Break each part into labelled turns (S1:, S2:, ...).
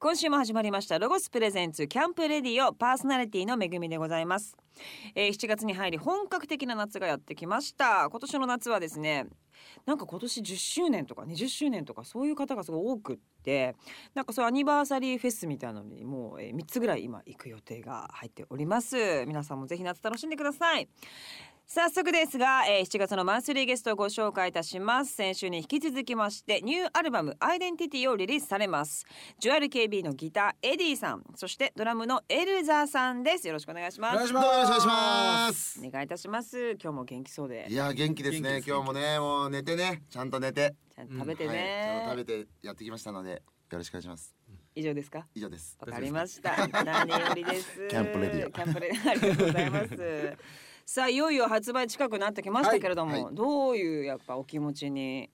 S1: 今週も始まりましたロゴスプレゼンツキャンプレディオパーソナリティのめぐみでございます、えー7月に入り本格的な夏がやってきました今年の夏はですねなんか今年10周年とか20周年とかそういう方がすごい多くってなんかそういうアニバーサリーフェスみたいなのにもうえー3つぐらい今行く予定が入っております皆さんもぜひ夏楽しんでください早速ですが、えー7月のマンスリーゲストをご紹介いたします先週に引き続きましてニューアルバム「アイデンティティ」をリリースされますジュアル KB のギターエディさんそしてドラムのエルザさんですよろしくお願いします
S2: お願いしま
S3: ど
S2: す
S3: うもよろしくお願いします
S1: お願いいたします今日も元気そうで
S3: いや元気です
S2: 元気で
S3: ね
S2: す
S3: 今日もねもう寝てねちゃんと寝て
S1: ちゃんと食べて
S3: はい、ち
S1: ね
S3: ゃんと、食べてやってきましたのでよろしくお願いします
S1: 以上ですか
S3: 以上です
S1: わかりました。何よりです。
S3: キャンプレディオ
S1: キャンプレディオありがとうございます。さあいよいよ発売近くなってきましたけれども、
S3: はいは
S1: どういうやっぱお気持ちに、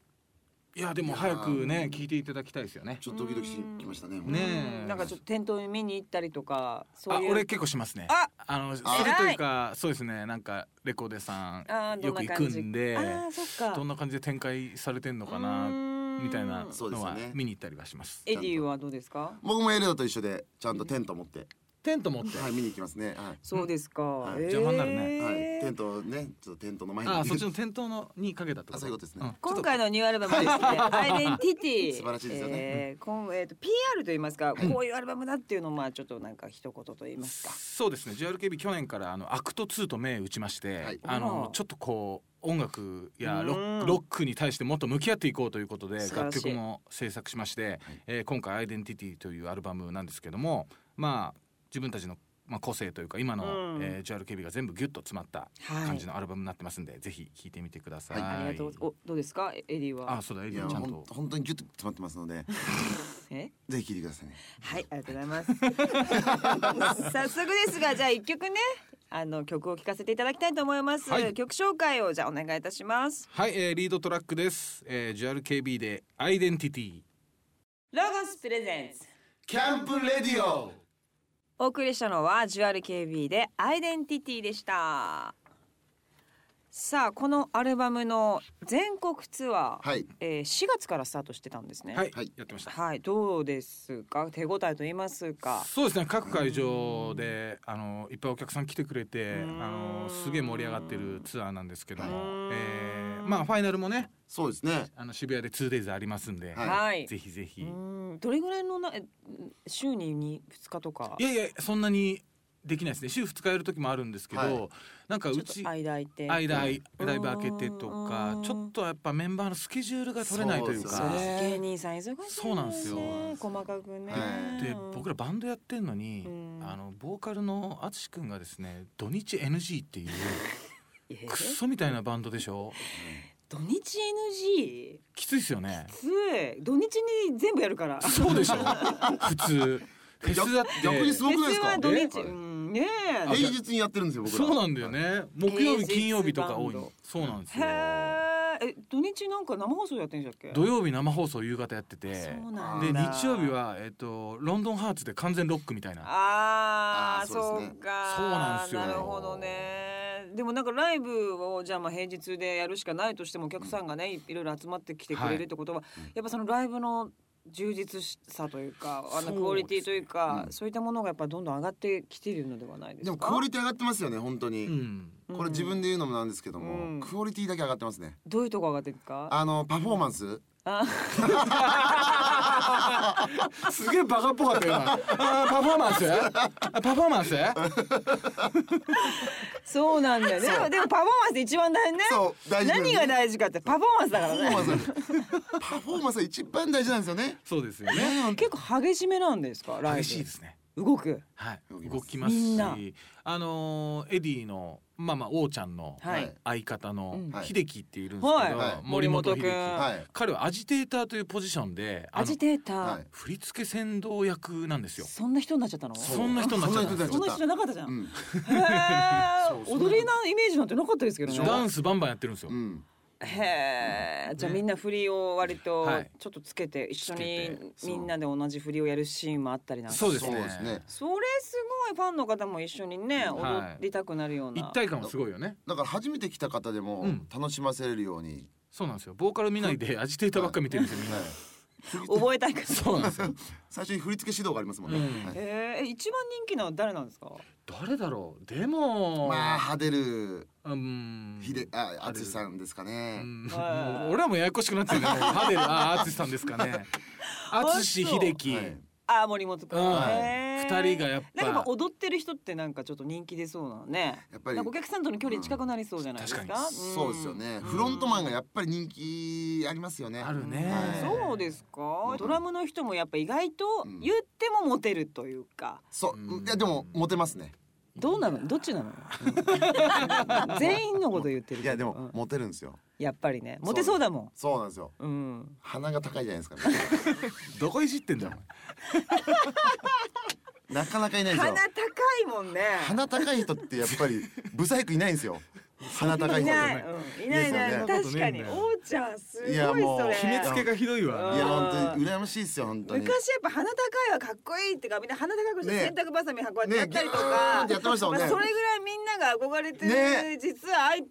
S2: いやでも早くね聞いていただきたいですよね
S3: ちょっとドキドキしてきましたね
S2: ねえ
S1: なんかちょっと店頭に見に行ったりとかそ
S2: あ
S1: ういう。
S2: 俺結構しますね
S1: あ
S2: あのする
S1: 偉い
S2: というかそうですねなんかレコーデさ
S1: あ
S2: ん
S1: ーど
S2: よ
S1: んな
S2: く行く
S1: 感じ
S2: んで
S1: あーそっか。
S2: どんな感じで展開されてんのか
S1: うー
S2: なんみたいな
S3: そうで
S2: の
S3: すよ
S2: は
S3: ね
S2: 見に行ったりはします
S1: エディはどうですか。
S3: 僕もエルドと一緒でちゃんとテント持って、
S2: テント持って
S3: はい見に行きますねは
S1: そうですか。
S3: はい
S1: えー
S2: 邪魔になるね
S3: い、はい、テントをねちょっとテントの前に
S2: あーそっちの店頭のにかけたってこと
S3: あそういうことですね
S2: ん
S1: 今回のニューアルバムはですね、アイデンティティ。
S3: 素晴らしいですよね
S1: えーこんえーと PR と言いますか、こういうアルバムだっていうのをまあちょっとなんか一言と言いますか。
S2: そうですね JRKB 去年からあのアクト2と銘打ちまして、
S3: はい
S2: あ
S1: お
S2: の
S1: ー
S2: ちょっとこう音楽やロッ
S1: うん
S2: クロックに対してもっと向き合っていこうということで
S1: 素晴ら
S2: 楽
S1: しい
S2: 曲も制作しまして、えー今回「アイデンティティ」というアルバムなんですけどもまあ自分たちの、まあ、個性というか今の、
S1: うん
S2: えー、JRKB が全部ギュッと詰まった
S1: はい
S2: 感じのアルバムになってますんで、ぜひ聴いてみてください。
S1: ありがとうございます。おどうですかエエディは。
S2: あそうだエ
S3: い
S2: リア
S3: や
S2: ちゃん
S3: ほん
S2: と
S3: 本当にギュッと詰まってますの で
S1: え
S3: ぜひ聞いてくださいね
S1: はい、ありがとうございます。早速です が、じゃあ一曲ね、あの曲を聴かせていただきたいと思います。
S2: はい
S1: 曲紹介をじゃあお願いいたします。
S2: はい、えーリードトラックです、えー、JRKB で「アイデンティティ」
S1: ロゴスプレゼンス。
S3: キャンプレディオ
S1: お送りしたのはジュアル KB でアイデンティティでした。さあこのアルバムの全国ツアー、
S3: はい
S1: えー4月からスタートしてたんですね。
S2: はい、
S3: はい
S2: やってました。
S1: はい、どうですか手応えと言いますか。
S2: そうですね各会場であのいっぱいお客さん来てくれて
S1: うん
S2: あのすげえ盛り上がってるツアーなんですけども
S1: うん、
S2: えーまあファイナルもね
S3: そうですね
S2: あの渋谷で 2days ありますんで、
S3: はい
S1: はい。
S2: ぜひぜひ、
S1: うんどれぐらいのなえ週にに2日とか。
S2: いやいやそんなにできないですね週2日やる時もあるんですけど、
S3: はい
S2: なんかう
S1: ちょっ
S2: ち
S1: と間空いて。
S2: 間だ
S3: うん
S2: いぶ開けてとか
S1: うん
S2: ちょっとやっぱメンバーのスケジュールが取れないというか
S3: そうですよ
S1: 芸人さん忙しいね
S2: そうなんですよ
S1: 細かくね、
S3: はい
S2: で僕らバンドやってんのに、
S1: うん
S2: あのボーカルの淳君がですね土日 NG っていう
S1: えー
S2: クソみたいなバンドでしょ
S1: 土日 NG
S2: きついですよね
S1: つえ土日に全部やるから
S2: そうでしょ普通フェスだって
S3: 逆にすごくない ですか
S1: は土日
S3: え
S1: うんね
S2: あ
S3: 平日にやってるんですよ僕ら
S2: そうなんだよね木
S1: 平
S2: 曜
S1: 日
S2: 日金曜日とか多い
S1: バンド
S2: そうなんです
S1: え
S2: よ
S1: へーえ土日なんか生放送やってんじゃっけ
S2: 土曜日生放送夕方やってて
S1: そうなんだ
S2: で日曜日は、えっとロンドンハーツで完全ロックみたいな
S1: あ
S3: あ
S1: あ
S3: ー
S1: そ
S3: そううですね
S1: か
S2: そうなんすよ
S1: るほどねでもなんかライブをじゃあまあ平日でやるしかないとしてもお客さんがねいいろいろ集まってきてくれるってことは、やっぱそのライブの充実さというかあの
S2: そう
S1: クオリティというかそう,、
S3: ですねうん
S1: いったものがやっぱどんどん上がってきているのではないです
S3: で
S1: か
S3: もクオリティ上がってますよね本当に、
S2: うん
S3: これ自分で言うのもなんですけども、
S1: うん
S3: クオリティだけ上がってますね
S1: どういうとこ上がってるんですか
S3: あのパフォーマンス、
S1: あ
S2: すげえバカっぽかったよ 今あーパフォーマンスあパフォーマンス
S1: そうなんだよねでもでもパフォーマンスで一番大事ね
S3: そう大事だよね
S1: 何が大事かってパフォーマンスだか
S3: パフ
S1: ら
S3: ォーマン
S1: ね
S3: スパフォーマンスが一番大事なんですよね
S2: そうですよね
S1: 結構激しめなんですかライブ
S2: 激しいですね
S1: 動く
S2: はい
S3: 動きます
S2: 動きます
S1: みんな
S2: しあのーエディのまあまあ王ちゃんの
S1: はい、
S3: はい
S2: 相方
S3: う
S2: の
S3: ん
S2: 秀樹っているんですけど、
S3: はい
S2: 森本秀樹、
S1: 森本君
S3: はい
S2: 彼はアジテーターというポジションであの
S1: アジテーター、
S3: はい
S2: 振り付け先導役なんですよ
S1: そんな人になっちゃったの
S2: そんな人になっちゃったんです
S1: そん
S2: よ
S1: な人じゃなかったじゃ、
S3: うんん
S1: へえ
S3: そうそう
S1: 踊りのイメージなんてなかったですけどね
S2: ダンスバンバンやってるんですよ、
S3: うん
S1: へえじゃあ
S2: ね
S1: みんな振りを割と
S2: はい
S1: ちょっとつけて一緒に
S2: つけ
S3: て
S1: みんなで同じ振りをやるシーンもあったりなんか
S2: そうです
S3: そう
S2: ね
S3: ですね
S1: それすごいファンの方も一緒にね踊
S2: はい
S1: りたくなるような、
S2: 一体感もすごいよね
S3: だから初めて来た方でも
S2: うん
S3: 楽しませれるように、
S2: そうなんですよボーカル見ないでアジテーターばっか見てるんですよみんな、
S3: はい
S1: 覚えたいから。
S2: そうなんですよ。
S3: 最初に振り付け指導がありますもんね、
S2: うん
S3: はい
S1: ええ一番人気なのは誰なんですか。
S2: 誰だろう。でも、
S3: まあ派手る
S2: うん、
S3: ひであ淳さんですかね、
S2: うん
S1: はい
S2: もう俺はもうややこしくなってるね。ハデル、あー、淳さんですかね。
S1: そう
S2: 淳秀樹、
S3: はい
S1: あー、森本君。
S2: うん
S1: へー
S2: 二人がやっぱ
S1: なんかこう踊ってる人って、なんかちょっと人気出そうなね。
S3: やっぱ
S1: な
S3: り
S1: んかお客さんとの距離近くなりそうじゃないですか。
S2: うん確か
S1: ん
S3: そうですよ。ね、フロントマンがやっぱり人気ありますよね
S2: あるね
S3: はい。
S1: そうですか
S3: う。ん
S1: ドラムの人もやっぱ意外と
S3: うん
S1: 言ってもモテるというか。
S3: そう
S2: うん
S3: いやでもモテますね
S1: どうなの、どっちなの。 全員のこと言ってる。
S3: いやで
S1: う
S3: も
S1: ん
S3: モテるんですよ
S1: やっぱりね、モテそうだもん。
S3: そうなんですよ
S1: うん。
S3: 鼻が高いじゃないですか、
S2: どこいじってんだよ。
S3: なかなかいないんです
S1: 鼻
S3: よ
S1: 高いもんね。
S3: 鼻高い人ってやっぱりブサイクいないんですよ鼻高い
S1: い
S3: 人
S1: ない、
S3: い
S1: うん、いないいない、
S3: いやそんな
S2: こと
S1: 確か
S2: ねえんだ
S1: に、
S2: よ
S1: おうちゃん、すごい
S3: いやもう
S1: それ。
S3: 決めつ
S2: けがひどい
S1: うん
S2: わ。
S3: や本当に羨ましいですよ本当に
S1: 昔やっぱ鼻高いはかっこいいってかみんな鼻高くして
S3: ねえ
S1: 洗濯バサミ運んで
S3: ね
S1: やったりとか、
S3: ギューンってやってましたもんね
S1: あそれぐらいみんなが憧れてる、
S3: ね
S1: 実はあいね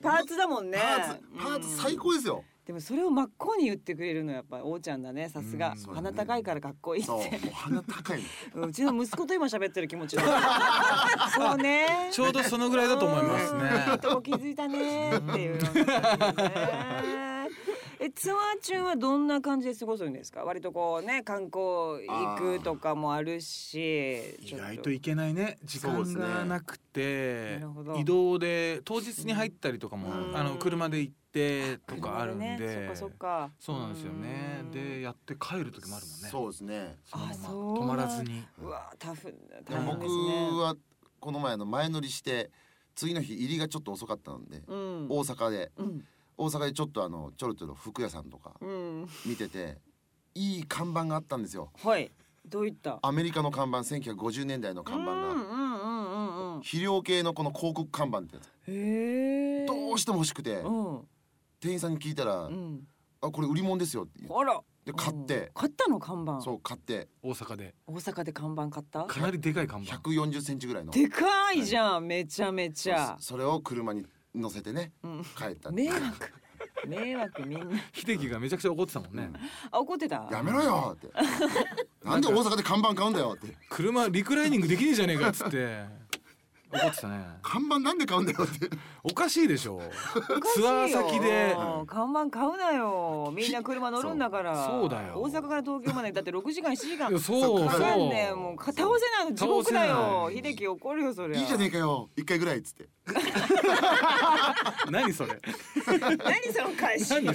S1: パーツだもんね
S3: パーツパーツ最
S1: うん
S3: 高ですよ、
S1: でもそれを真っ向に言ってくれるのはやっぱおうちゃんだねさすが
S2: うん
S3: そうだね
S1: 鼻高いからかっこいいって
S3: そうもう鼻高いの
S1: うんうちの息子と今喋ってる気持ち だそうね
S2: ちょうどそのぐらいだと思います
S1: うん
S2: ね。
S1: とも気づいたねっていうような感じですね。えツアー中はどんな感じで過ごすんですか割とこうね観光行くとかもあるし
S2: 意
S1: ちょっ
S2: 外といけないね時
S3: そう
S2: 間
S3: ですね
S2: がなくて、
S1: なるほど
S2: 移動で当日に入ったりとかも、
S3: うん
S2: あの車で行ってとかあるんで
S1: 車ねそっかそっか
S2: そうなんですよね
S1: うん
S2: でやって帰る時もあるもんね
S3: そうですね
S2: そのま
S1: あ
S2: ま
S1: そう
S2: 止まらずに
S1: うわタフ
S3: で
S1: 大
S3: も
S1: 変
S3: 僕
S1: ですね
S3: はこの前あの前乗りして次の日入りがちょっと遅かったので、
S1: うん
S3: 大阪で
S1: うん
S3: 大阪でちょっとあのちょろちょろ服屋さんとか
S1: うん
S3: 見てていい看板があったんですよ
S1: はいどういった
S3: アメリカの看板1950年代の看板
S1: うん
S3: が
S1: うんうんうんうん
S3: 肥料系のこの広告看板ってやつ
S1: へえ
S3: どうしても欲しくて
S1: うん
S3: 店員さんに聞いたら
S1: うん
S3: 「あこれ売り物ですよ」って言う
S1: あら
S3: で買って
S1: うん買ったの看板
S3: そう買って
S2: 大阪で
S1: 大阪で看板買った
S2: かなりでかい看板
S3: 140センチぐらいの
S1: でかいじゃんめちゃめちゃ
S3: そそれを車に乗せてね
S1: うん
S3: 帰ったってい
S1: 迷
S3: う
S1: 惑迷惑みんな
S2: 秀樹がめちゃくちゃ怒ってたもんね、
S1: あ怒ってた
S3: やめろ よってなんで大阪で看板買うんだよって
S2: 車リクライニングできねえじゃねえかっつって怒ってたね
S3: 看板なんで買うんだよって
S2: おかしいでしょ
S1: おかしい
S2: ツ
S1: よ
S2: アー先で
S1: うん看板買うなよみんな車乗るんだから
S2: そうそうだよ
S1: 大阪から東京までだって6時間7時間
S2: いやそう
S1: かかんね
S2: そ
S1: ん
S2: う
S1: もう片倒せないの地獄だよ
S2: 倒せ
S1: 秀樹怒るよそれ
S3: いいじゃねえ
S1: え
S3: かよ一回ぐらいっつって
S2: 何それ
S1: 何その返し
S2: 何それ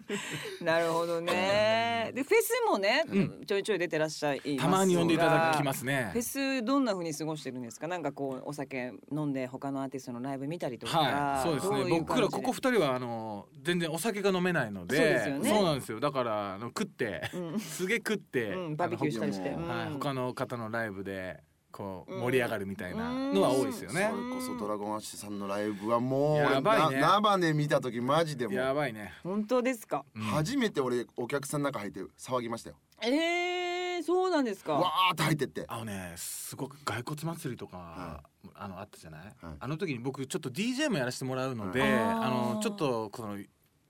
S1: なるほどねでフェスもね
S2: うん
S1: ちょいちょい出てらっしゃいます
S2: たまに呼んでいただきますね
S1: フェスどんな風に過ごしてるんですか。なんかこうお酒飲んで他のアーティストのライブ見たりとか。
S2: はい、そうですね。
S1: どい感
S2: 僕
S1: じ
S2: らここ二人はあの全然お酒が飲めないので、
S1: そうですよね
S2: そうなんですよ。だからあの食って、
S1: うん
S2: すげえ食って、
S1: うんバーベキューしたりして
S2: あの
S1: うん
S2: はい、他の方のライブでこう
S1: うん
S2: 盛り上がるみたいなのは多いですよね
S3: そ。
S1: ん
S3: れこそドラゴンアッシュさんのライブはもう
S2: やばいね
S3: 俺な生で見た時マジでも
S2: や
S3: う
S2: ばいね。
S1: 本当ですか。
S2: うん
S3: 初めて俺お客さんの中入って騒ぎましたよ
S1: えー、そうなんです
S3: わ
S1: か。
S3: ーって入ってって
S2: あのね、すごく骸骨祭りとか、あのあったじゃない、
S3: はい
S2: あの時に僕ちょっと DJ もやらせてもらうので、
S1: はい
S2: あ
S1: あ
S2: の
S1: ー
S2: ちょっとこの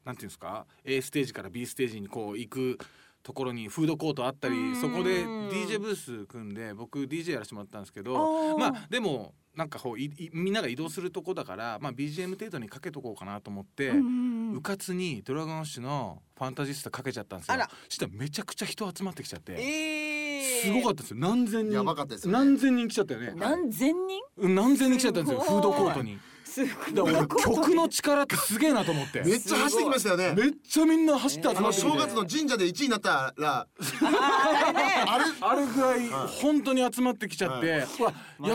S2: なんていうんですか A ステージから B ステージにこう行くところにフードコートあったり
S1: うん
S2: そこで DJ ブース組んで僕 DJ やらせてもらったんですけ
S1: あ
S2: ど
S1: ー
S2: まあでもなんかこういいみんなが移動するとこだから、まあ、BGM 程度にかけとこうかなと思って、
S1: うんうんう
S2: うんかつにドラゴンアッシュの「ファンタジスタ」かけちゃったんですよ
S1: あら。
S2: したらめちゃくちゃ人集まってきちゃって。
S1: えー、
S2: すごかったですよ何千人
S3: やばかったですよね
S2: 何千人来ちゃったよね
S1: 何千人？
S2: うん何千人来ちゃったんですよ
S1: す
S2: フ
S1: ごい
S2: ードコートに
S1: す
S2: だ
S1: ご
S2: か
S1: い
S2: ら。俺曲の力ってすげえなと思って
S3: め
S2: め
S3: っちゃ走ってきましたよね
S2: っちゃみんな走って集
S3: あ
S2: ま
S3: の
S2: ってきて
S3: 正月の神社で1位になったら
S1: あーね
S3: あれ
S2: あれぐらい
S3: はい
S2: 本当に集まってきちゃって、うわ
S1: マジです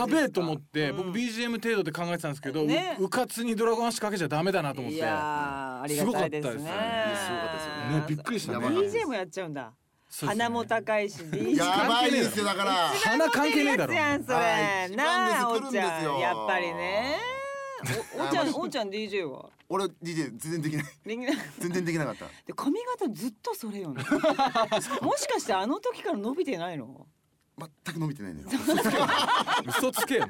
S2: や
S1: か
S2: べえと思って、
S1: うん
S2: 僕 BGM 程度で考えてたんですけど、
S1: ね
S2: ううかつに「ドラゴン足かけちゃダメだなと思っ
S1: い
S2: て
S1: やーありがたいですね。
S2: すごか
S3: ったですよね
S2: ねびっくりしたね
S3: やばかったです
S1: DJ もやっちゃうんだ。
S2: そうですね
S1: 鼻も高いし DJ
S3: やばいですよだ から
S2: 鼻関係ねえだろ
S1: やんそれ
S3: はい。
S1: なあお
S3: 一番です
S1: ちゃん
S3: 来るんですよ
S1: やっぱりね。おおちゃん
S3: あ
S1: おちゃん DJ は。
S3: 俺 DJ 全然できない
S1: できない
S3: 全然できなかった
S1: で髪型ずっとそれよね。もしかしてあの時から伸びてないの？
S3: 全く伸びてない のよ
S2: 嘘つけよ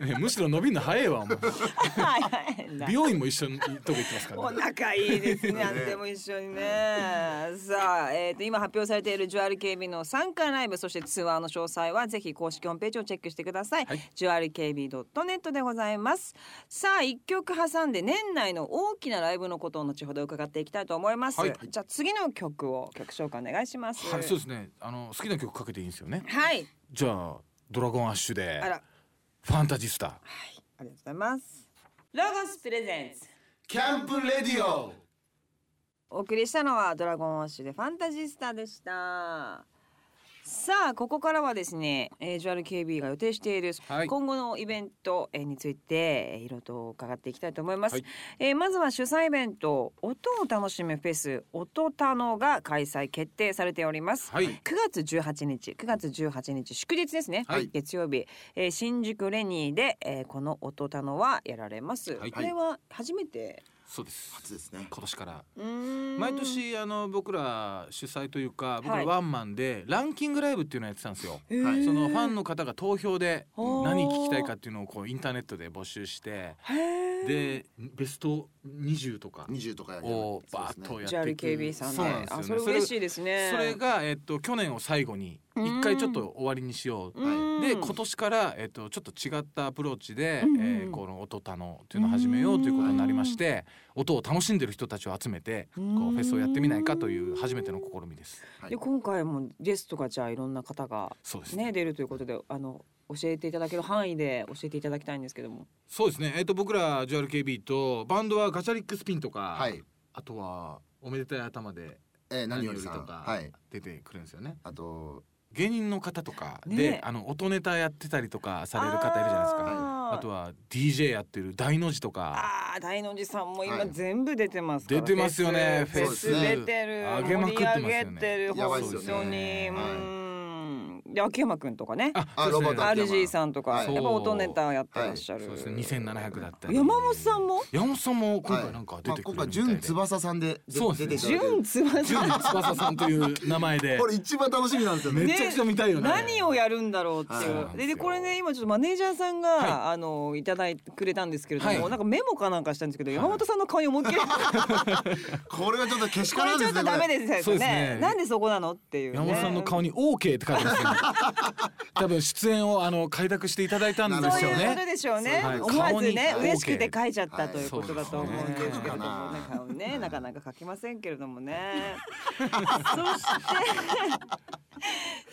S2: ねむしろ伸びんの早いわお前
S1: はいはい
S2: 美容院も一緒にとこ行ってますから
S1: お
S2: ね、
S1: 仲いい ですね。何でも一緒にね。さあ、えっ、と今発表されているジュアル KB の参加ライブそしてツアーの詳細はぜひ公式ホームページをチェックしてください。
S2: はい
S1: ジュアル KB ドットネットでございます。さあ一曲挟んで年内の大きなライブのことを後ほど伺っていきたいと思います。
S2: はい
S1: じゃあ次の曲を曲紹介お願いします。
S2: はいそうですねあの好きな曲かけていいんですよね
S1: はい。
S2: じゃあドラゴンアッシュで
S1: あら、はい、
S2: ファンタジスタ
S1: ありがとうございます。ロゴスプレゼンツ。
S3: キャンプレディオ
S1: お送りしたのはドラゴンウォッシュでファンタジスタでしたさあここからはですね、えー、ジュアル KB が予定している、
S2: はい
S1: 今後のイベントえーについてえーいろいろと伺っていきたいと思います、
S2: はい
S1: えーまずは主催イベント音を楽しむフェス音たのが開催決定されております、
S2: はい
S1: 9月18日9月18日祝日ですね、
S2: はい
S1: 月曜日、えー新宿レニーで、えーこの音たのはやられます、
S2: はい
S1: これは初めて
S2: そうです
S3: 初ですね
S2: 今年から
S1: うーん
S2: 毎年あの僕ら主催というか僕
S1: は
S2: ら
S1: い
S2: ワンマンでランキングライブっていうのをやってたんですよ、
S1: へー
S2: そのファンの方が投票で
S1: おー
S2: 何聞きたいかっていうのをこうインターネットで募集して
S1: へー
S2: でベスト20とか
S3: 二十とかやる
S2: をバーッ
S3: そう
S2: と
S3: で
S2: やっ
S1: ジャ
S2: て
S1: ル
S2: いく
S1: KB さんで
S2: そうなんですよ
S1: あ
S2: ね
S1: それ嬉し
S2: い
S1: いですね
S2: それが、えっと、去年を最後に
S1: うん
S2: 一回ちょっと終わりにしよう
S1: うん
S2: で今年から、えっと、ちょっと違ったアプローチで、
S1: うんうん
S2: えーこの音たのっていうのを始めようということになりまして音を楽しんでる人たちを集めてこう
S1: うん
S2: フェスをやってみないかという初めての試みです。
S3: すね
S1: で
S3: はい
S1: 今回もゲストがじゃあいろんな方が
S2: そうです
S1: ね
S2: ね
S1: 出るということであの教えていただける範囲で教えていただきたいんですけども
S2: そうですね、えっと僕ら JRKB とバンドはガチャリックスピンとか、
S3: はい
S2: あとは「おめでたい頭で
S3: えー何より
S2: と
S3: さん
S2: か
S3: はい
S2: 出てくるんですよね。
S3: あと
S2: 芸人の方とかで、
S1: ねえ
S2: あの音ネタやってたりとかされる方いるじゃないですか。
S1: あー
S2: あとは DJ やってる大の字とか
S1: あー大の字さんも
S3: は
S1: 今
S3: い
S1: 全部出てますから
S2: 出てますよね
S1: フェス
S3: フェス
S1: 出てる
S2: 上げまくってますよ
S1: 盛
S2: ね
S1: り上げてる
S3: やば
S1: 本
S3: いっすよね
S1: 当にう
S3: はい
S1: んで秋山くんとかね
S2: あ
S3: あ
S2: そうです
S3: ロバー
S2: ね
S3: ト秋山
S1: RG さんとか
S3: は
S1: や
S3: い
S1: っぱ音ネタやってらっしゃる
S2: そうですね2700だったり
S1: 山本さんも
S2: 山本さんも今回なんか出
S3: は
S2: てくるみたいで、
S3: いまあ今回純翼さんでで
S2: そうですね
S3: 出ていただいてる
S1: 純翼
S2: 純翼さんという名前 で
S3: これ一番楽しみなんですよね
S2: めちゃくちゃ見たいよね
S1: 何をやるんだろうってい
S3: そう
S1: う、
S2: なんです
S1: で
S2: よ
S1: でこれね今ちょっとマネージャーさんが、
S2: は
S1: あのいただいてくれたんですけれども、
S2: はい
S1: なんかメモかなんかしたんですけど、
S2: い
S1: 山本さんの顔に思いっきりこ
S3: これはちょっとけしか
S1: れ
S3: らん
S1: ち
S3: で
S1: ょ
S3: す
S1: っ
S3: ね
S1: とダメですよね
S2: そうですね
S1: なんでそこなのっていう、ね、
S2: 山本さんの顔に OK って書い てますよ多分出演をあの快諾していただいたんで
S1: そう
S2: すよ
S1: いうこと
S2: ね
S1: でしょうね。
S2: はい
S1: 思わずね、
S2: 顔に
S1: 嬉しくて
S2: OK
S1: 書いちゃった
S3: はい
S1: ということだと思うんですけれどもね
S3: そうですね、
S1: 顔ね、なかなか書きませんけれどもね。そして。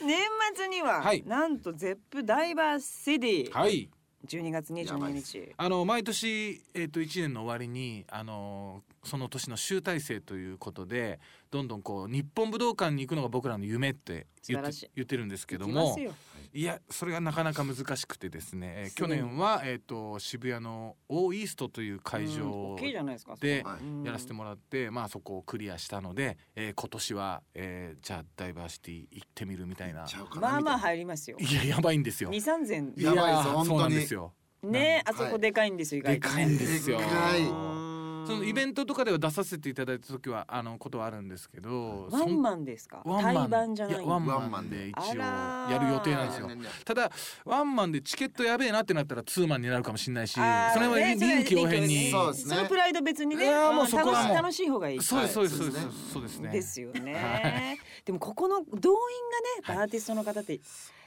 S1: 年末には、
S2: はい
S1: なんとゼップダイバーシティ、
S2: はい
S1: 12月
S3: やば
S1: 22
S3: いで
S1: 日。
S2: あの毎年、えっと1年の終わりにあのその年の集大成ということでどんどんこう日本武道館に行くのが僕らの夢って言
S1: 素晴
S2: っ
S1: らしてい
S2: 言ってるんですけど
S1: 行きま
S2: も
S1: すよ
S2: いやそれがなかなか難しくてですね、えー
S1: すご
S2: 去
S1: い
S2: 年は、えー、と渋谷のオーイーストという会
S1: うん
S2: 場
S1: 大きいじゃないですか。
S2: で
S3: はい
S2: やらせて
S1: も
S2: もらって、まあ、そこをクリアしたので、えー今年は、えーじゃあダイバーシティ行ってみるみたいな
S3: ちゃうかな
S1: まあまあ
S3: みたい
S1: 入りますよ。
S2: いややばいんですよ。
S1: 二三千
S3: やばいです本
S2: やー
S3: 当に
S2: そうなんですよ
S1: ね、あ
S3: はい
S1: そこでかいんですよ。
S2: でかいんですよ
S3: でかい
S2: そのイベ
S1: ン
S2: ントとかでは出させていただいた時はあのことはあるんですけど
S1: ワン
S2: ン
S1: マンですか。
S2: ワンマ
S1: 対
S2: ン
S1: バンじゃないい。
S2: やワン
S3: ワンマ
S2: マン
S3: ン
S2: で
S3: で
S2: 一応
S1: あらー
S2: やる予定なんですよ
S3: ねねね
S2: ただワンマンでチケットやべえなってなったらツーマンになるかもしれないしそ
S1: あー
S2: れは
S1: ねそれは
S2: 臨機応変に
S3: そうですね
S1: そのプライド別にね、
S2: いやーもう
S1: うん
S2: そこは
S1: 楽し
S2: もう
S1: 楽しい方がいい。
S2: そうですそうですそ
S3: は
S2: う
S3: い
S2: ですそうですね。
S1: ですよ
S2: は
S1: ね。でもここの動員がね、アーティストの方って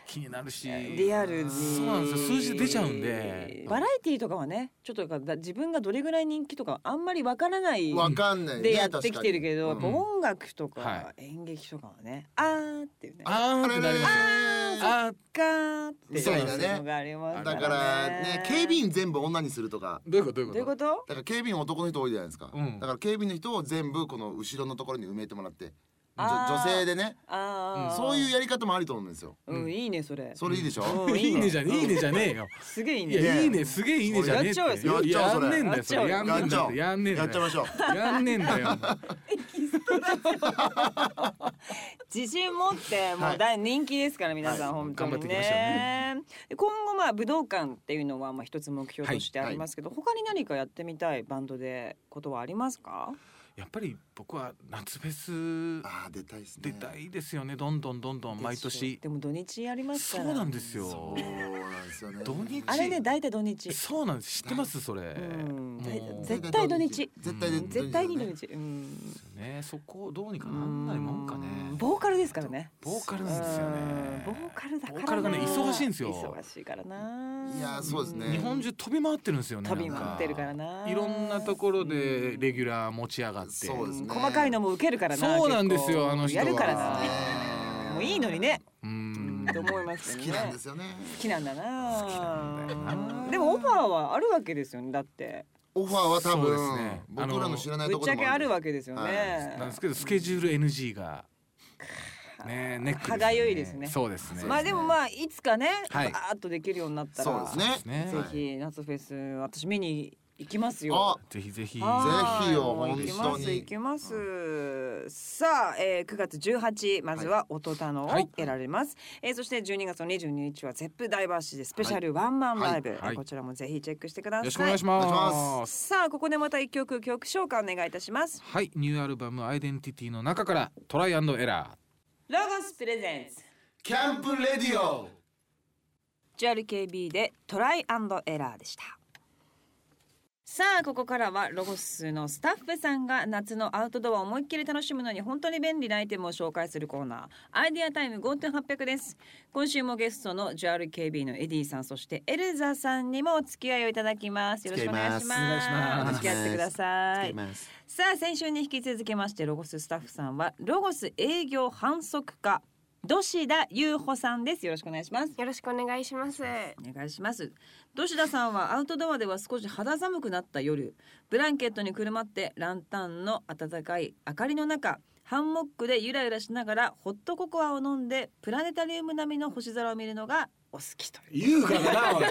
S2: 気になるし。
S1: リアルに
S2: そうなんですよ数字出ちゃうんで
S1: バラエティーとかはね、ちょっとだから自分がどれぐらい人気とかあんまりわからない。
S3: わかんないね
S1: でやってきてるけど、やっぱ
S3: 確かにうん
S1: 音楽とか
S2: は
S1: 演劇とかはね、あーっていうね、
S2: あーってなりますよ。あー
S1: ガーって
S3: みたいなね
S1: いうのがありますから
S3: だ
S1: ね。
S3: からね警備員全部女にするとか
S2: どういうことど
S1: どう
S2: うい
S1: いうう
S2: こ。
S1: ことと？
S3: だから警備員男の人多いじゃないですか、
S2: うん
S3: だから警備員の人を全部この後ろのところに埋めてもらってじょ
S1: あー
S3: 女性でね
S1: ああ、
S3: そういうやり方もありと思うんですよ
S1: うん、いいねそれ。
S3: それいいでしょ、
S1: うん
S2: いいねじゃねいいねじゃねえよ。
S1: すげえいい
S2: い
S1: ね。
S2: やいいねすげえいいねじゃねえって。
S1: やっちゃおう
S3: よ
S2: やんねえんだよそ
S1: それ
S2: れ。やんねえんだよ。やんねえんだ
S3: やっ
S2: よ。
S3: ちゃいましょう
S2: やんねえんだよ。
S1: 自信持ってもう大人気ですから皆さん、
S2: はい
S1: 本当に
S2: 頑張っていきましょう
S1: ね今後まあ武道館っていうのはまあ一つ目標としてありますけど、他に何かやってみたいバンドでことはありますか？
S2: やっぱり僕は夏フェス
S3: ああ出たいですね
S2: 出たいですよねどんどんどんどん毎年
S1: でも土日やりますか
S2: そ
S1: ら
S2: うなんです
S3: そ
S2: よ
S3: うなんですよね
S2: 土日
S1: あれね大体土日
S2: そうなんです知ってますそれ
S1: うん
S2: もう
S1: ぜ絶対土日
S3: 絶対
S2: う
S3: で
S2: ん
S1: 絶対に土
S3: 土
S1: 日
S3: 日
S1: うん
S2: ねそこどうにかなんないもんかね
S1: うんボーカルですからね
S2: ボーカルなんですよね
S1: うんボーカルだからな
S2: ボーカルがね忙しいんですよ
S1: 忙しいからない
S3: やーそうですね
S2: 日本中飛び回ってるんですよね
S1: 飛び
S2: なん
S1: 回ってるからない
S2: いろんなところでレギュラー持ち上がって
S3: そうですね
S1: 細かいのも受けるからな
S2: そうなんです
S1: 結
S2: よ
S1: 構
S2: あの人は
S1: やるからな
S3: ね
S1: もういいのにね
S2: う
S1: うん
S2: ん
S1: と思いますよ
S3: 好きなん
S1: ね
S3: ですよね
S1: 好きなんだな
S2: 好きなんだよな
S1: でもオファーはあるわけですよねだって
S3: オファーは多
S2: そうで
S3: 分
S2: すねあの
S3: 僕らの知らない
S1: ぶ
S3: と
S1: っ
S3: こ
S1: ち
S3: ろ
S1: ゃ
S3: も
S1: けある
S3: わ
S1: わけですよ
S3: は
S1: ね
S2: なんですけどスケジュール NG がねネックですね
S1: 歯がゆいですね
S2: そうですね
S1: まあでもまあいつかねバ
S2: はい
S1: ーッとできるようになった
S3: そう
S1: ら
S3: ですね
S2: ね
S1: ぜひ夏フェス私見に行きます
S3: あ
S1: よ
S2: ぜひぜひ
S1: は
S3: ぜ
S1: い
S3: ひよ
S1: もう
S2: 本当
S3: に
S1: 行きます行きますさあ、えー、9月18まずは音たのを
S2: はい
S1: やられます、えーそして12月の22日はゼップダイバーシティスペシャルワンマンライブ、
S2: はいはい
S1: えーこちらもぜひチェックしてください
S2: よろしくお願いし
S3: お願いし
S2: ま
S3: ます
S1: さあここでまた一曲曲紹介お願いいたします
S2: はいニューアルバムアイデンティティの中からトライアンドエラー
S1: ロゴスプレゼンス
S3: キャンプレディオ
S1: JRKB でトライアンドエラーでしたさあここからはロゴスのスタッフさんが夏のアウトドアを思いっきり楽しむのに本当に便利なアイテムを紹介するコーナーアイデアタイム5800です今週もゲストの JRKB のエディさんそしてエルザさんにもお付き合いをいただきますよろしくお願いします
S2: お願いします
S1: お付き合いしてください
S3: います
S1: さあ先週に引き続きましてロゴススタッフさんはロゴス営業販促課土師田優穂さんですよろしくお願いします
S4: よろしくお願いします。
S1: お願いします土師田さんはアウトドアでは少し肌寒くなった夜ブランケットにくるまってランタンの暖かい明かりの中ハンモックでゆらゆらしながらホットココアを飲んでプラネタリウム並みの星空を見るのがお好きという
S2: 優雅だなおい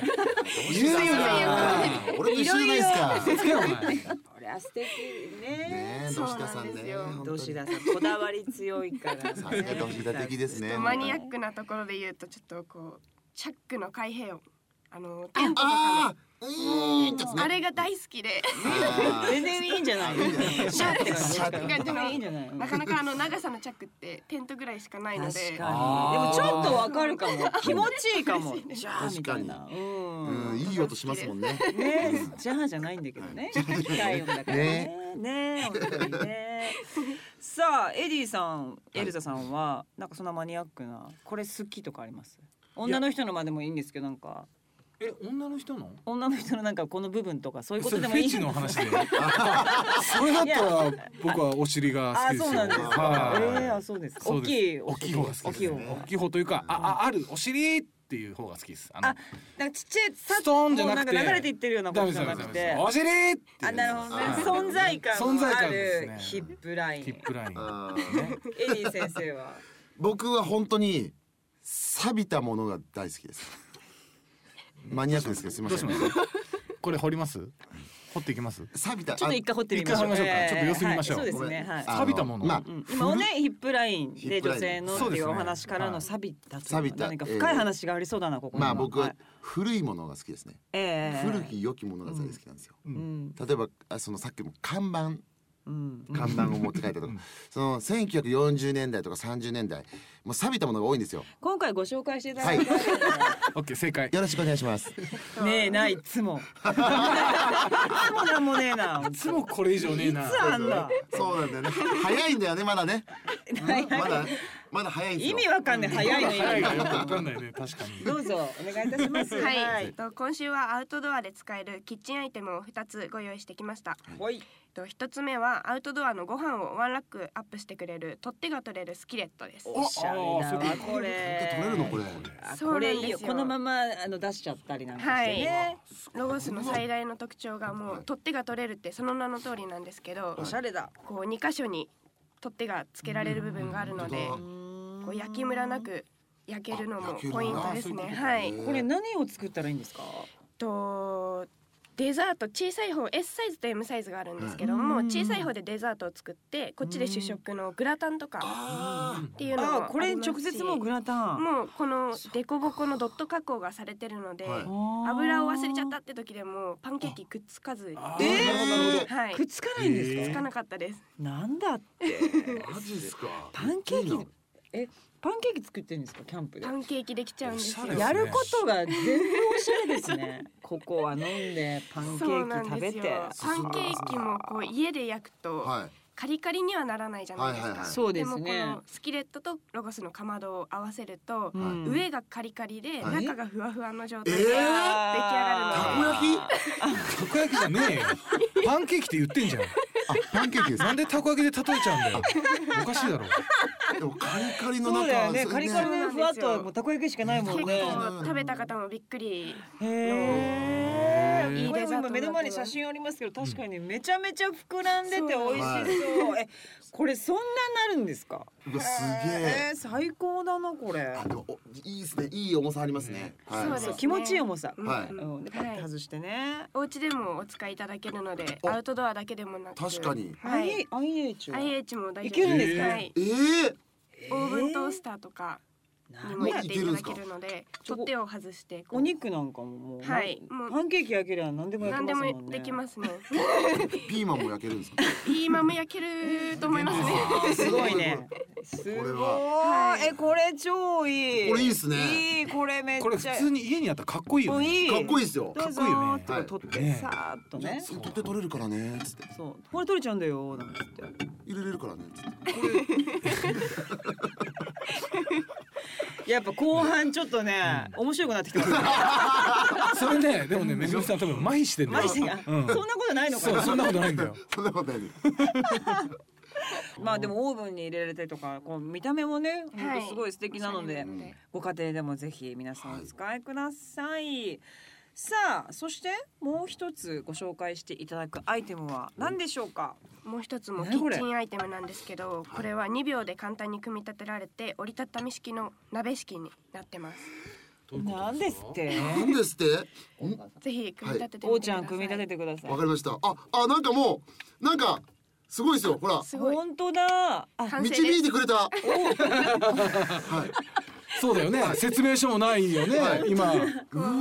S2: 優雅だな
S3: 俺と一緒じゃないですか
S2: つけろお前
S1: これは素敵ね
S3: ねえどうしたさんね
S4: そうなんですよ
S1: 土師田さんこだわり強いからね
S3: さすが土師田的ですね
S4: マニアックなところで言うとちょっとこうチャックの開閉音あのテンポとか
S3: ああうーん
S4: のあれが大好き で
S3: あー
S1: 全然いいんじゃないシャーって
S3: シャーって
S4: 感じの
S1: いいんじゃない
S4: なかなかあの長さのチャックってテントぐらいしかないの
S1: 確
S4: で
S1: かにでもちょっとわかるかも気持ちいいかも
S4: 嬉しいね
S1: じゃあみたいなうん
S3: うんいい音しますもんね
S1: ねじゃあじゃないんだけどね機械音だからねね本当にねさあエディさんエルザさんはなんかそんなマニアックなこれ好きとかあります女の人のまでもいいんですけどなんか
S2: え女の人の
S1: 女の人のなんかこの部分とかそういうこ
S2: そ
S1: と
S2: れ
S1: で
S2: フ
S1: もいい
S2: ェチの話でそれだったら僕はお尻が好
S1: あ
S2: きです
S1: そうな
S2: よ
S1: んですか、
S2: はい
S1: えーあそうです
S2: そう
S1: 大
S2: で
S1: きい
S2: す大きい方が好きです
S1: 大きい方
S2: 大きい方というかあああるお尻っていう方が好きですあの
S1: あなんかちっちゃい
S2: ストーンじゃなくて
S1: こうなんか流れていってるような
S2: ダ
S1: こ
S2: メ
S1: とじ
S2: ですダ
S1: ゃ
S2: メ
S1: なく
S2: です
S1: て
S2: ダメですお尻っていう
S1: あなるほどね
S2: はい
S1: 存在感
S2: 存在
S1: のあ
S2: 感です
S1: る
S2: ね
S1: ヒップライン
S2: ヒップライン
S3: あー
S2: ね
S1: エディ先生は
S3: 僕は本当に錆びたものが大好きですマニアックですけどすみ
S2: ど
S3: ま
S2: う
S3: せ
S2: し
S3: ん
S2: ますこれ掘ります掘っていきます
S3: 錆びた
S1: ちょっと一回掘ってみましょう
S2: 一回掘りましょうかちょっと様子見ましょう
S1: えーはい、
S3: ご
S1: そう
S3: め
S1: で
S3: ん
S1: すねはい
S3: あの
S2: 錆びたもの
S3: まあ
S1: うん今もねヒップライン
S3: ヒ
S1: で
S3: ップラ
S1: 女
S3: イン
S1: 性のっ
S2: そう
S1: て
S2: で
S1: い
S2: す
S1: う
S2: ね
S1: お話から
S2: は
S1: の
S2: い
S1: 錆びたというか
S3: 錆びた
S1: 何か深い
S3: えー
S1: 話がありそうだなここに
S3: まあ僕
S1: は
S3: はい古いものが好きですね
S1: えー
S3: 古き良きものが大好きなんですよ
S1: うん
S3: 例えばあそのさっきも看板
S1: うん
S3: 看板を持って帰ったとかその1940年代とか30年代もう錆びたものが多いんですよ
S1: 今回ご紹介していただいた、
S2: オッケー正解
S3: よろしくお願いします
S1: ねえないいつ もいつもなんもねえない
S2: いつもこれ以上ねえな
S1: つあんだ
S3: そうなんだよね早いんだよねまだね
S1: はい
S3: まだまだ早いんです
S1: 意
S3: よ
S1: 味わかんない早いの
S2: 早い
S1: 意
S2: が
S1: 味
S2: よくわかんないね確か に
S1: どうぞお願いいたします
S4: はい、えっと今週はアウトドアで使えるキッチンアイテムを2つご用意してきました
S1: ほい
S4: えっと1つ目はアウトドアのご飯をワンラックアップしてくれる取っ手が取れるスキレットです
S1: おしゃれだわ
S2: あー
S1: これ
S3: 取れるのこれ
S1: あ
S4: そ
S1: こ
S4: うなんで
S1: れ
S4: すよ
S1: いいよこのままあの出しちゃったりなんかしてね、
S4: はいロゴスの最大の特徴がもう取っ手が取れるってその名の通りなんですけど
S1: おしゃれだ
S4: こう2箇所に取っ手がつけられる部分があるので
S3: うん
S4: こう焼きムラなく焼けるの
S3: あ
S4: も
S3: 焼けるんだ
S4: ポイントです
S2: そういう
S4: ね
S2: ことか
S4: はい
S3: へー
S1: これ何を作ったらいいんですか
S4: とデザート小さい方 S サイズと M サイズがあるんですけども、
S1: うん
S4: 小さい方でデザートを作ってこっちで主食のグラタンとか
S3: あ
S4: っていうのもあり
S1: あ
S4: ますし
S1: これ直接もうグラタン
S4: もうこのデコボコのドット加工がされてるので、
S3: はい
S4: 油を忘れちゃったって時でもパンケーキくっつかずに
S2: あ
S4: は
S2: ー
S1: え
S3: なるほどなるほど
S1: ー
S4: い
S1: くっつかないんですか、
S2: えー
S4: つかなかったです
S1: なんだって
S3: ーマジですか
S1: パンケーキ
S3: いいな
S1: パンケーキ作ってるんですかキャンプで
S4: パンケーキできちゃうんです
S2: おしゃれで
S4: よ
S2: すね
S1: やることが全部おしゃれですねここは飲んでパンケ
S4: そうな
S1: ー
S4: ん
S1: キ食べ
S4: です
S1: て
S4: よパンケーキもこう家で焼くと
S3: はい
S4: カリカリにはならないじゃないですか、
S3: はいはいはい
S1: そうですね
S4: もこのスキレットとロゴスのかまどを合わせると、
S1: うん
S4: 上がカリカリで
S3: はい
S4: 中がふわふわの状態で
S3: えー
S4: 出来上がるの
S3: たこ焼き
S2: たこ焼きじゃね えよパンケーキって言ってんじゃん
S3: あパンケーキです
S2: なんでたこ焼きで例えちゃうん だよおかしいだろ
S3: でもカリカリの中
S1: そうだよね
S3: それ
S1: カリカリのふわっとはもうたこ焼きしかないもん
S4: で
S1: ね
S4: 結構食べた方もびっくり
S1: へ
S4: い
S1: え
S4: い
S1: これ
S4: デザー
S1: 今
S4: ト
S1: 目の前に写真ありますけど確かにめちゃめちゃ膨らんでて美味しそう、えこれそんななるんですか
S3: うわすげ
S1: え
S3: え
S1: ー最高だなこれ
S3: あでもおいいですねいい重さありますねはい
S4: そうです
S1: そ
S4: ね
S1: う気持ちいい重さ、
S4: うん
S3: はい
S1: うん、でパッて外してね、
S4: お家でもお使いいただけるので
S3: あ
S4: アウトドアだけでもなく
S3: 確かに
S4: はい
S1: I- IH は
S4: IH も大
S1: い
S4: 丈
S1: け
S4: 夫
S1: るんですか、
S2: えー
S4: はい
S3: えー
S4: オーブントースターとかに
S1: な
S4: も
S1: ん
S4: や
S1: だ
S4: っていただけるので
S1: ちょ
S4: 取っ手を外してこう
S1: お肉なんかももう、
S4: はいもう
S1: パンケーキ焼けりゃ何でも焼け
S4: 何
S1: まも
S4: です
S1: んね
S4: もできますね
S3: ピーマンも焼けるんですか
S4: いい豆焼けると思いま す ね
S1: すごいね。すごい
S3: これ。
S1: え、これ超いい。
S3: これいいっすね
S1: いい、これめっちゃ。
S2: これ普通に家にあったらかっこいいよ
S1: もう
S2: ね
S1: いい。
S3: かっこいい
S1: い。
S3: ですよ
S1: どうぞ
S2: かっこいいよね
S1: ーって取っ
S2: は
S1: て、
S2: い
S1: さーっとね。
S3: 取って取れるからねつって
S1: そう、これ取れちゃうんだよ、なんつって。
S3: 入れれるからねつって
S1: やっぱ後半ちょっとね、面白くなってきて ます。
S2: それ ねでもねめぐみさん多分麻痺してんだ
S1: マ
S2: よ
S1: ジで。あそ
S2: うん
S1: んなことないのか
S2: そう
S1: な。
S2: そんなことないんだよ
S3: そんなことないです
S1: まあでもオーブンに入れられたりとか、こう見た目もね、
S4: は
S1: ほん
S4: い
S1: とすごい素敵なの
S4: おしゃ
S1: で
S4: れ、なので
S1: ご家庭でもぜひ皆さんお使いください。さあ、そしてもう一つご紹介していただくアイテムは何でしょうか。
S4: もう一つもキ
S1: 何これ
S4: ッチンアイテムなんですけどこれは2秒で簡単に組み立てられて折りたたみ式の鍋式になってます
S1: なんですって。
S3: なんですって
S4: ぜひ組み立ててみてください、
S1: おうちゃん組み立ててください
S3: わ。かりました。あ、あ、なんかもう、なんか、すごいですよ。ほら、
S4: すごい
S1: 本当だ。あ、
S4: 完成です
S3: 導いて くれた。はい。
S2: そうだよね説明書もないよね
S3: はい
S2: 今
S3: う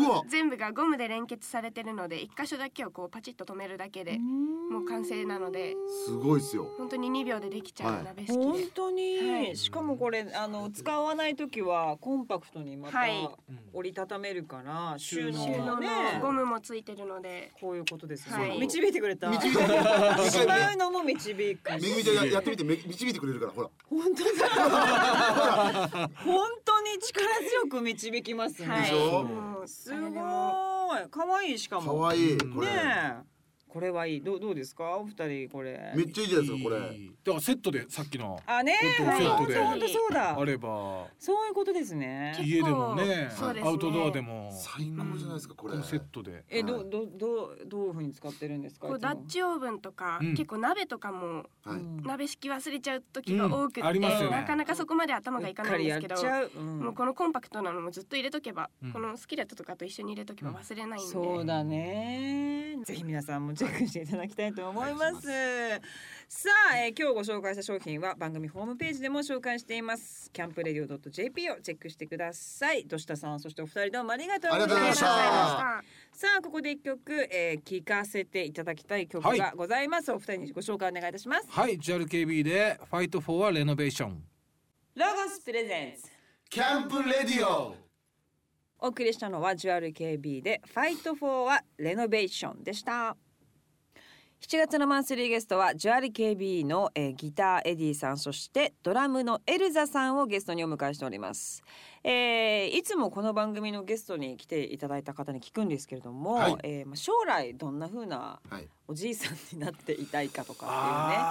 S3: わ。
S4: 全部がゴムで連結されてるので一箇所だけをこうパチッと止めるだけでもう完成なのです
S3: ごいですよ。
S4: 本当に2秒でできちゃ
S3: は
S4: う
S3: い
S4: 鍋式で、
S1: 本当に、
S4: はい
S1: しかもこれあの使わない時はコンパクトにまた
S4: はい
S1: 折りたためるから収納
S4: 収納
S1: がね。
S4: のゴムもついてるので
S1: こういうことですね。
S4: はい
S1: 導いてくれた。
S3: 導い
S1: して
S3: くれた。一回
S1: まうのも導く
S3: めぐみ
S1: し。
S3: ちゃんややってみて、め導いてくれるか ら、ほら。
S1: 本当だ。本当に力強く導きますね。
S4: はい
S3: でしょ
S4: もう
S1: すごーい。可愛いしかも。
S3: 可愛いこ
S1: ね
S3: れ。
S1: え。これはいい。どうどうですかお二人これ。
S3: めっちゃいいじゃないですか、これ。
S2: だからセットでさっきの
S1: あねえ、
S2: 本
S1: は
S2: 当
S1: い、
S2: そう
S1: 本
S2: で
S1: 当本当そうだ
S2: あ。れば
S1: そういうことですね。
S2: 家でもね
S4: 結構そうですね
S2: アウトドアでも
S3: 最高じゃないですか、こ
S2: こ
S3: れ。
S2: のセッ
S3: は
S2: トで
S1: え、どうどうどうどういう風に使ってるんですか。
S4: こう
S1: いつも
S4: ダッチオーブンとか、
S2: うん
S4: 結構鍋とかも
S1: う
S3: い。
S1: ん
S4: 鍋式忘れちゃう時が多くて、
S2: うんあります
S1: よね
S4: なかなかそこまで頭がいかないんですけど
S1: うっかりやっちゃう。うん
S4: もうこのコンパクトなのもずっと入れとけば、
S2: うん
S4: このスキレットとかと一緒に入れとけば忘れないんで、
S1: そうだね。ぜひ皆さんもチェックしていただきたいと思います。さあ、えー今日ご紹介した商品は番組ホームページでも紹介しています。キャンプレディオドット JP をチェックしてください。土下さん、そしてお二人どうもありがとうござい
S3: ありがとう
S1: ま
S3: ございま
S1: し。
S3: した
S4: あ
S1: さあここで一曲、えー、聴かせていただきたい曲
S2: はい
S1: がございます、お二人にご紹介お願いいたします
S2: はい JALKB で「ファイトフォアレノベーション
S1: ロゴスプレゼンス
S3: キャンプレディオ。
S1: お送りしたのはジュアル KB でファイトフォーはレノベーションでした7月のマンスリーゲストはジュアル KB の、えーギターエディさんそしてドラムのエルザさんをゲストにお迎えしております、えーいつもこの番組のゲストに来ていただいた方に聞くんですけれども、
S3: はい
S1: えーまあ将来どんな風な
S3: はい。
S1: おじいさんになっていたいかと」かっていうね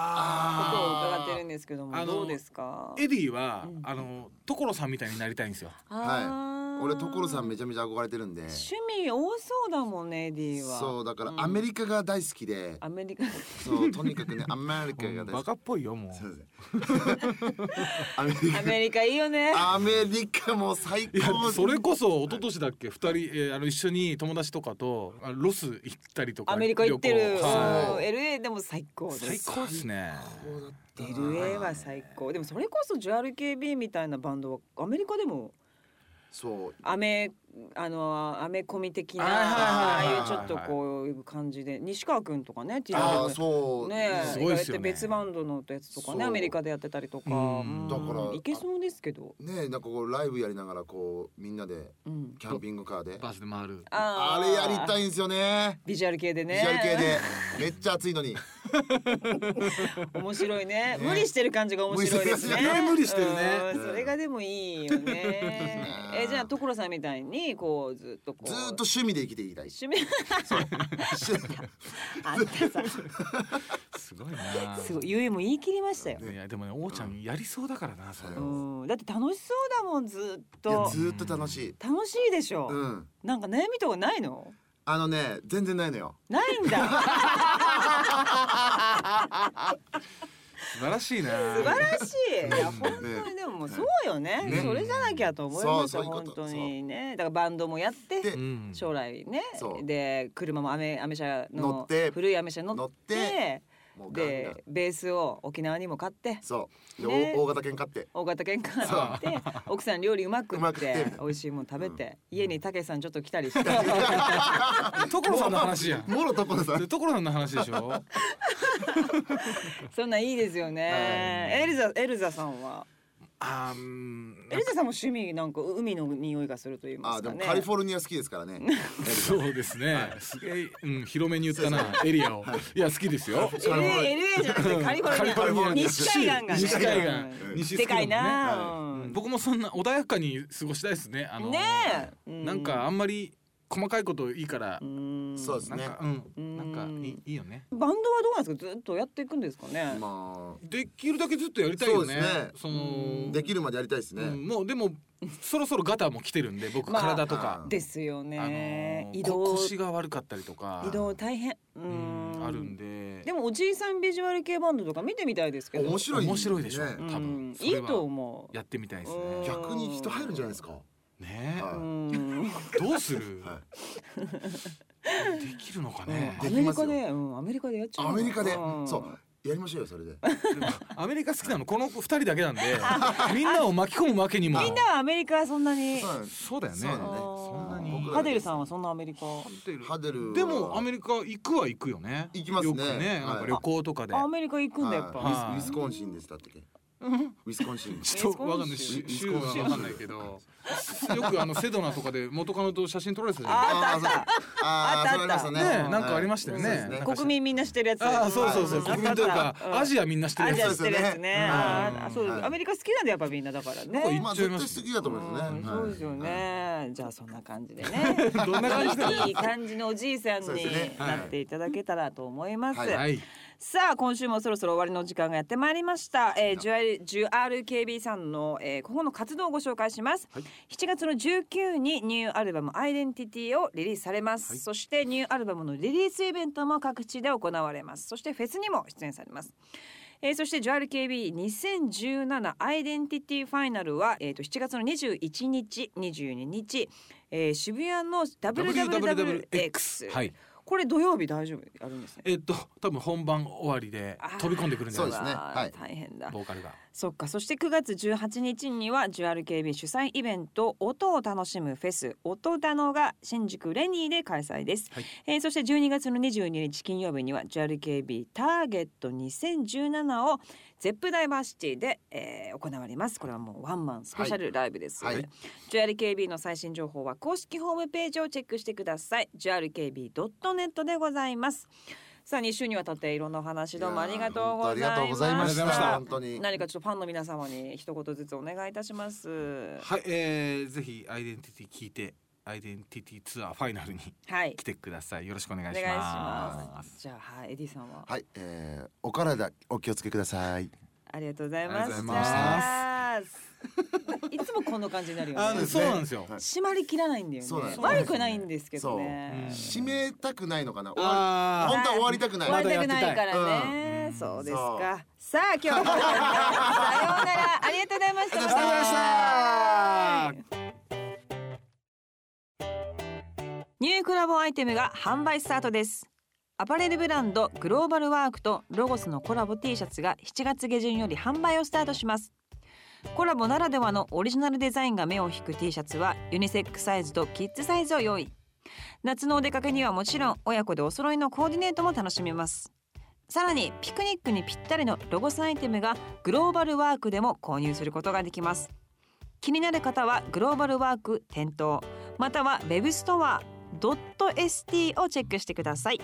S1: ことを
S2: あ
S1: 伺ってるんですけども
S2: あの
S1: どうですか
S2: エディは
S1: うん
S2: あの所さんみたいになりたいんですよ
S1: あー
S3: 俺所さんめちゃめちゃ憧れてるんで
S1: 趣味多そうだもんね D は
S3: そうだから
S1: うん
S3: アメリカが大好きで、
S1: アメリカ
S3: そうとにかくねアメリカが大
S2: バ
S3: 好き
S2: カっぽいよも
S3: すいま
S2: う
S3: せんアメリ
S1: アメリカいいよね
S3: カアメリカも最
S2: いや
S3: 高
S2: それこそ一昨年だっけ二人、えーあの一緒に友達とかとあのロス行ったりとか
S1: アメリカ行って
S2: 旅
S1: る、うん
S2: 行は
S1: LA でも最高
S2: い、
S1: で
S2: 最
S1: す
S2: 高ですね
S1: LA は最高でもそれこそジュアル KB みたいなバンドはアメリカでも
S3: そう
S1: アメあのアメコミ的なあ
S2: はい
S3: は
S1: あいう
S3: いはいはい
S1: ちょっとこういう感じで西川君とかね T
S3: ああ
S1: r
S3: そう
S1: ね
S2: す
S1: え
S2: ごいっす
S1: や
S2: よね
S1: って別バンドのやつとかね
S3: そう
S1: アメリカでやってたりとか
S2: うん
S1: うん
S3: だから
S1: いけそうですけど、
S3: ねえなんかこうライブやりながらこうみんなで
S1: うん、
S3: キャンピングカーで
S2: バスで回る
S1: あ
S3: あ
S1: ー
S3: れやりたいんですよね
S1: ビジュアル系でね
S3: ビジュアル系でめっちゃ暑いのに
S1: 面白いね
S3: ね
S1: 無理してる感じが面白いですね
S2: 無理してるね
S1: うんそれがでもいいよ ね
S3: うん
S1: えじゃあ所さんみたいにこうずっとこう
S3: ずーっと趣味で生きていきたいし
S1: 趣味 あったさ
S2: すごいな
S1: すごいゆえも言い切りましたよ、
S2: いやでもね王ちゃんやりそうだからなそれ、
S3: う
S1: うん、だって楽しそうだもんずっ
S3: いや
S1: と
S3: ずーっと楽しい
S1: 楽しいでしょ、
S3: うん
S1: なんか悩みとかないの
S3: あのね全然ないのよ
S1: ないん だ
S2: 素晴らしいな
S1: 素晴らしいいや本
S3: ね
S1: 当にでももうそうよね
S3: ね
S1: それじゃなきゃと思いますよ
S3: そうそういう
S1: 本
S3: こと
S1: 当にねだからバンドもやって
S3: で
S2: うん
S1: 将来ね
S3: そう
S1: で車もアメアメ車
S3: 乗
S1: の
S3: って
S1: 古いアメ車乗
S3: 乗
S1: っ
S3: っててもうガンガン
S1: でベースを沖縄にも買って
S3: そうで
S1: ね
S3: 大大型犬買って
S1: 大型犬買って 奥さん料理うまく
S3: う
S1: っ
S3: まくってて
S1: 美味しいもん食べて家にたけしさんちょっと来たりして
S2: 所さんの話やん
S3: もろところさん
S2: で所さんの話でしょ
S1: そんなんいいですよねエルザエルザさんは
S2: あーうん
S1: エルザさんも趣味なんか海の匂いがすると言いま
S3: あ
S1: す
S3: で
S1: か
S3: も
S1: ね
S3: カリフォルニア好きですか らね
S2: そうですねすげえ、うん、広めに言ったなエリアをいや好きですよ
S1: LA, LA じゃなくてカリフ
S2: カリフォ
S1: ォ
S2: ル
S1: ル
S2: ニ
S1: ニ
S2: ア
S1: ア西海岸がね
S2: 西海岸
S1: うん
S2: 西
S1: でかいな、
S2: う
S1: うんん
S2: 僕もそんな穏やかに過ごしたいですね。あの
S1: ねえう
S2: なんかあんまり細かいこといいから、
S1: うん
S3: そうです
S2: なん
S3: ね
S2: かう
S1: うん
S2: んなんかいいいいよね。
S1: バンドはどうなんですかずっとやっていくんですかね、
S3: ま
S2: できるだけずっとやりたいよね。
S3: そ
S1: うん
S3: あ
S2: の
S3: できるまでやりたいです
S2: う
S3: ね
S2: んもうでもそろそろガタも来てるんで僕
S1: まあ
S2: 体とか、
S3: うん
S1: ですよ
S2: あの
S1: ね、
S2: ー
S1: 移
S2: こ
S1: 動
S2: 腰が悪かったりとか
S1: 移動大変う
S2: うんんあるんで。
S1: でもおじいさんビジュアル系バンドとか見てみたいですけど
S3: 面白い
S2: 面白いでしょ。
S3: ね
S2: 多
S1: う
S2: 分
S1: ん
S2: そ
S1: い
S2: れはい
S1: と思う
S2: やってみたいです
S1: うん
S2: ね。
S3: 逆に人入るんじゃないですか
S2: ねえ、
S1: う
S3: は
S1: ん
S2: どうする、
S3: は
S2: できるのか ね。
S1: ア
S3: で
S1: メ
S3: き
S1: リ
S3: ます
S1: カ
S3: よ
S1: で、うん、アメリカでやっちゃうの
S3: アメリカで
S1: ん
S3: そうやりましょうよそれで
S2: でもアメリカ好きなのこの二人だけ なんでみんなを巻き込むわけにも
S1: みんなはアメリカはそんなに
S3: そうなんです
S2: そうだよね
S3: そうだ
S1: あ
S3: ね
S1: ー
S2: そんなに
S3: 僕ら
S1: ハデルさんはそんなアメリカ
S3: ハデルは
S2: でもアメリカ行くは行くよね
S3: 行きますね
S2: よくねなんか旅行とかで
S1: あアメリカ行くんだやっぱ、
S2: はい
S3: ウィスウィスコンシンでしたっけウィスコンシ ン
S2: ちょっとわかんない
S1: ウ
S2: し
S3: ィス
S2: 州
S3: コ
S2: は
S3: ンシン
S2: わかんないけどよくあのセドナとかで元カノと写真撮られてたじゃない
S1: あったあった
S3: あー
S1: あった
S3: そうりましたね
S2: ねえなんかありましたよね
S3: そうです
S1: 国民みんな知ってるやつ
S2: ああそうそうそう
S1: あったあっ
S2: 国
S1: た
S2: 民というか
S1: うん
S2: アジアみんな知って
S1: ア
S2: る
S1: ジア
S2: や
S1: 知っ
S2: つ
S1: てるやつね。
S2: うん
S1: あーあそう、
S3: はい
S1: アメリカ好きなんでやっぱみんなだからね。
S3: まあ絶対好きだと思うんですよ
S1: う
S3: ね
S1: ん
S3: はい
S1: そうですよね、じゃあそんな感じでね
S2: どんな感じなの
S1: いい感じのおじいさん
S3: そうで
S1: に
S3: すねはい
S1: なっていただけたらと思います、
S3: はい
S2: はい
S1: さあ今週もそろそろ終わりの時間がやってまいりました、えー、ジュアルジュアル KB さんの、えー、今後の活動をご紹介します、7月の19にニューアルバムアイデンティティをリリースされます、そしてニューアルバムのリリースイベントも各地で行われますそしてフェスにも出演されますえー、そしてジュアル KB2017 アイデンティティファイナルは、えー、と7月の21日22日、えー、渋谷の WWWX、
S2: はい
S1: これ土曜日大丈夫あるんですね
S2: えっと多分本番終わりで
S1: あー
S2: 飛び込んでくるんじゃな
S3: そうで
S2: いです
S3: す
S2: か
S3: ね
S1: あー
S3: はい
S1: 大変だ
S2: ボーカルが
S1: そっかそして9月18日にはジュアル KB 主催イベント「音を楽しむフェス音だの」が新宿レニーで開催です、
S2: はい
S1: えーそして12月の22日金曜日にはジュアル KB ターゲット2017をゼップダイバーシティで、えー行われますこれはもうワンマンスペシャルライブです、
S3: はい
S1: ジュアル KB の最新情報は公式ホームページをチェックしてくださいジュアル KB.net でございますさあ2週にわたっていろんなお話どうもありがとうござい
S3: いやー本当ありがとうござい
S1: ま
S3: ま
S1: し
S3: したた本当に
S1: 何かちょっとファンの皆様に一言ずつお願いいたします。
S2: はい、えー、ぜひアイデンティティ聞いてアイデンティティツアーファイナルに
S1: はい
S2: 来。てくださいよろしくお願
S1: お
S2: い
S1: 願い
S2: し
S1: し
S2: ま
S1: ますす。じゃあはいエディさんは、
S3: はい、えー、お体お気をつけください
S1: ありがとうございま
S2: ありがと
S1: し
S2: う
S1: た
S2: ございま。
S1: いつもこんな感じになるよ
S2: あ
S1: ね
S2: のそうなんですよ
S3: はい
S1: 締まりきらないんだよ
S3: そうなんで
S1: ね
S3: す
S1: 悪くないんですけど
S2: そうう
S1: ね
S2: ん
S3: 締めたくないのかな終わり
S2: あー
S3: 本当は終わりたくない、
S1: 終わりた
S2: ま
S1: く
S2: だ
S1: な
S2: や
S1: い
S2: ってた
S1: か
S2: い
S1: らね、
S2: うん
S1: そうです
S3: そう
S1: かさあ今日はさようならありがとうございました
S3: ありがとうございました
S1: ニューコラボアイテムが販売スタートですアパレルブランドグローバルワークとロゴスのコラボ T シャツが7月下旬より販売をスタートしますコラボならではのオリジナルデザインが目を引く T シャツはユニセックスサイズとキッズサイズを用意夏のお出かけにはもちろん親子でお揃いのコーディネートも楽しめますさらにピクニックにぴったりのロゴスアイテムがグローバルワークでも購入することができます気になる方はグローバルワーク店頭またはウェブストア .st をチェックしてください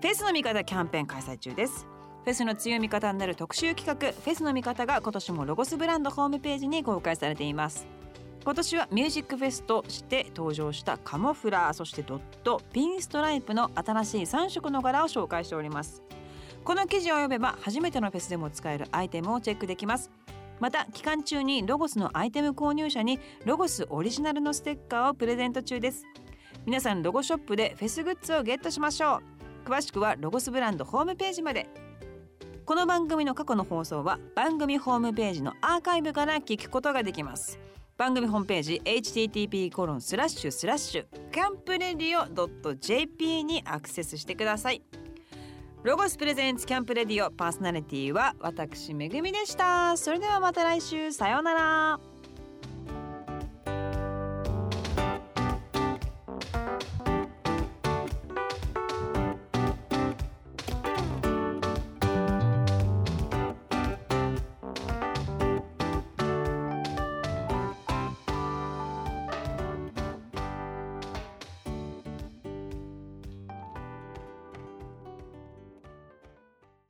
S1: フェスの味方キャンペーン開催中ですフェスの強い味方になる特集企画フェスの味方が今年もロゴスブランドホームページに公開されています今年はミュージックフェスとして登場したカモフラーそしてドットピンストライプの新しい3色の柄を紹介しておりますこの記事を読めば初めてのフェスでも使えるアイテムをチェックできますまた期間中にロゴスのアイテム購入者にロゴスオリジナルのステッカーをプレゼント中です皆さんロゴショップでフェスグッズをゲットしましょう詳しくはロゴスブランドホームページまでこの番組の過去の放送は番組ホームページのアーカイブから聞くことができます番組ホームページ http コロンスラッシュスラッシュキャンプレディオ .jp にアクセスしてくださいロゴスプレゼンツキャンプレディオパーソナリティは私めぐみでしたそれではまた来週さようなら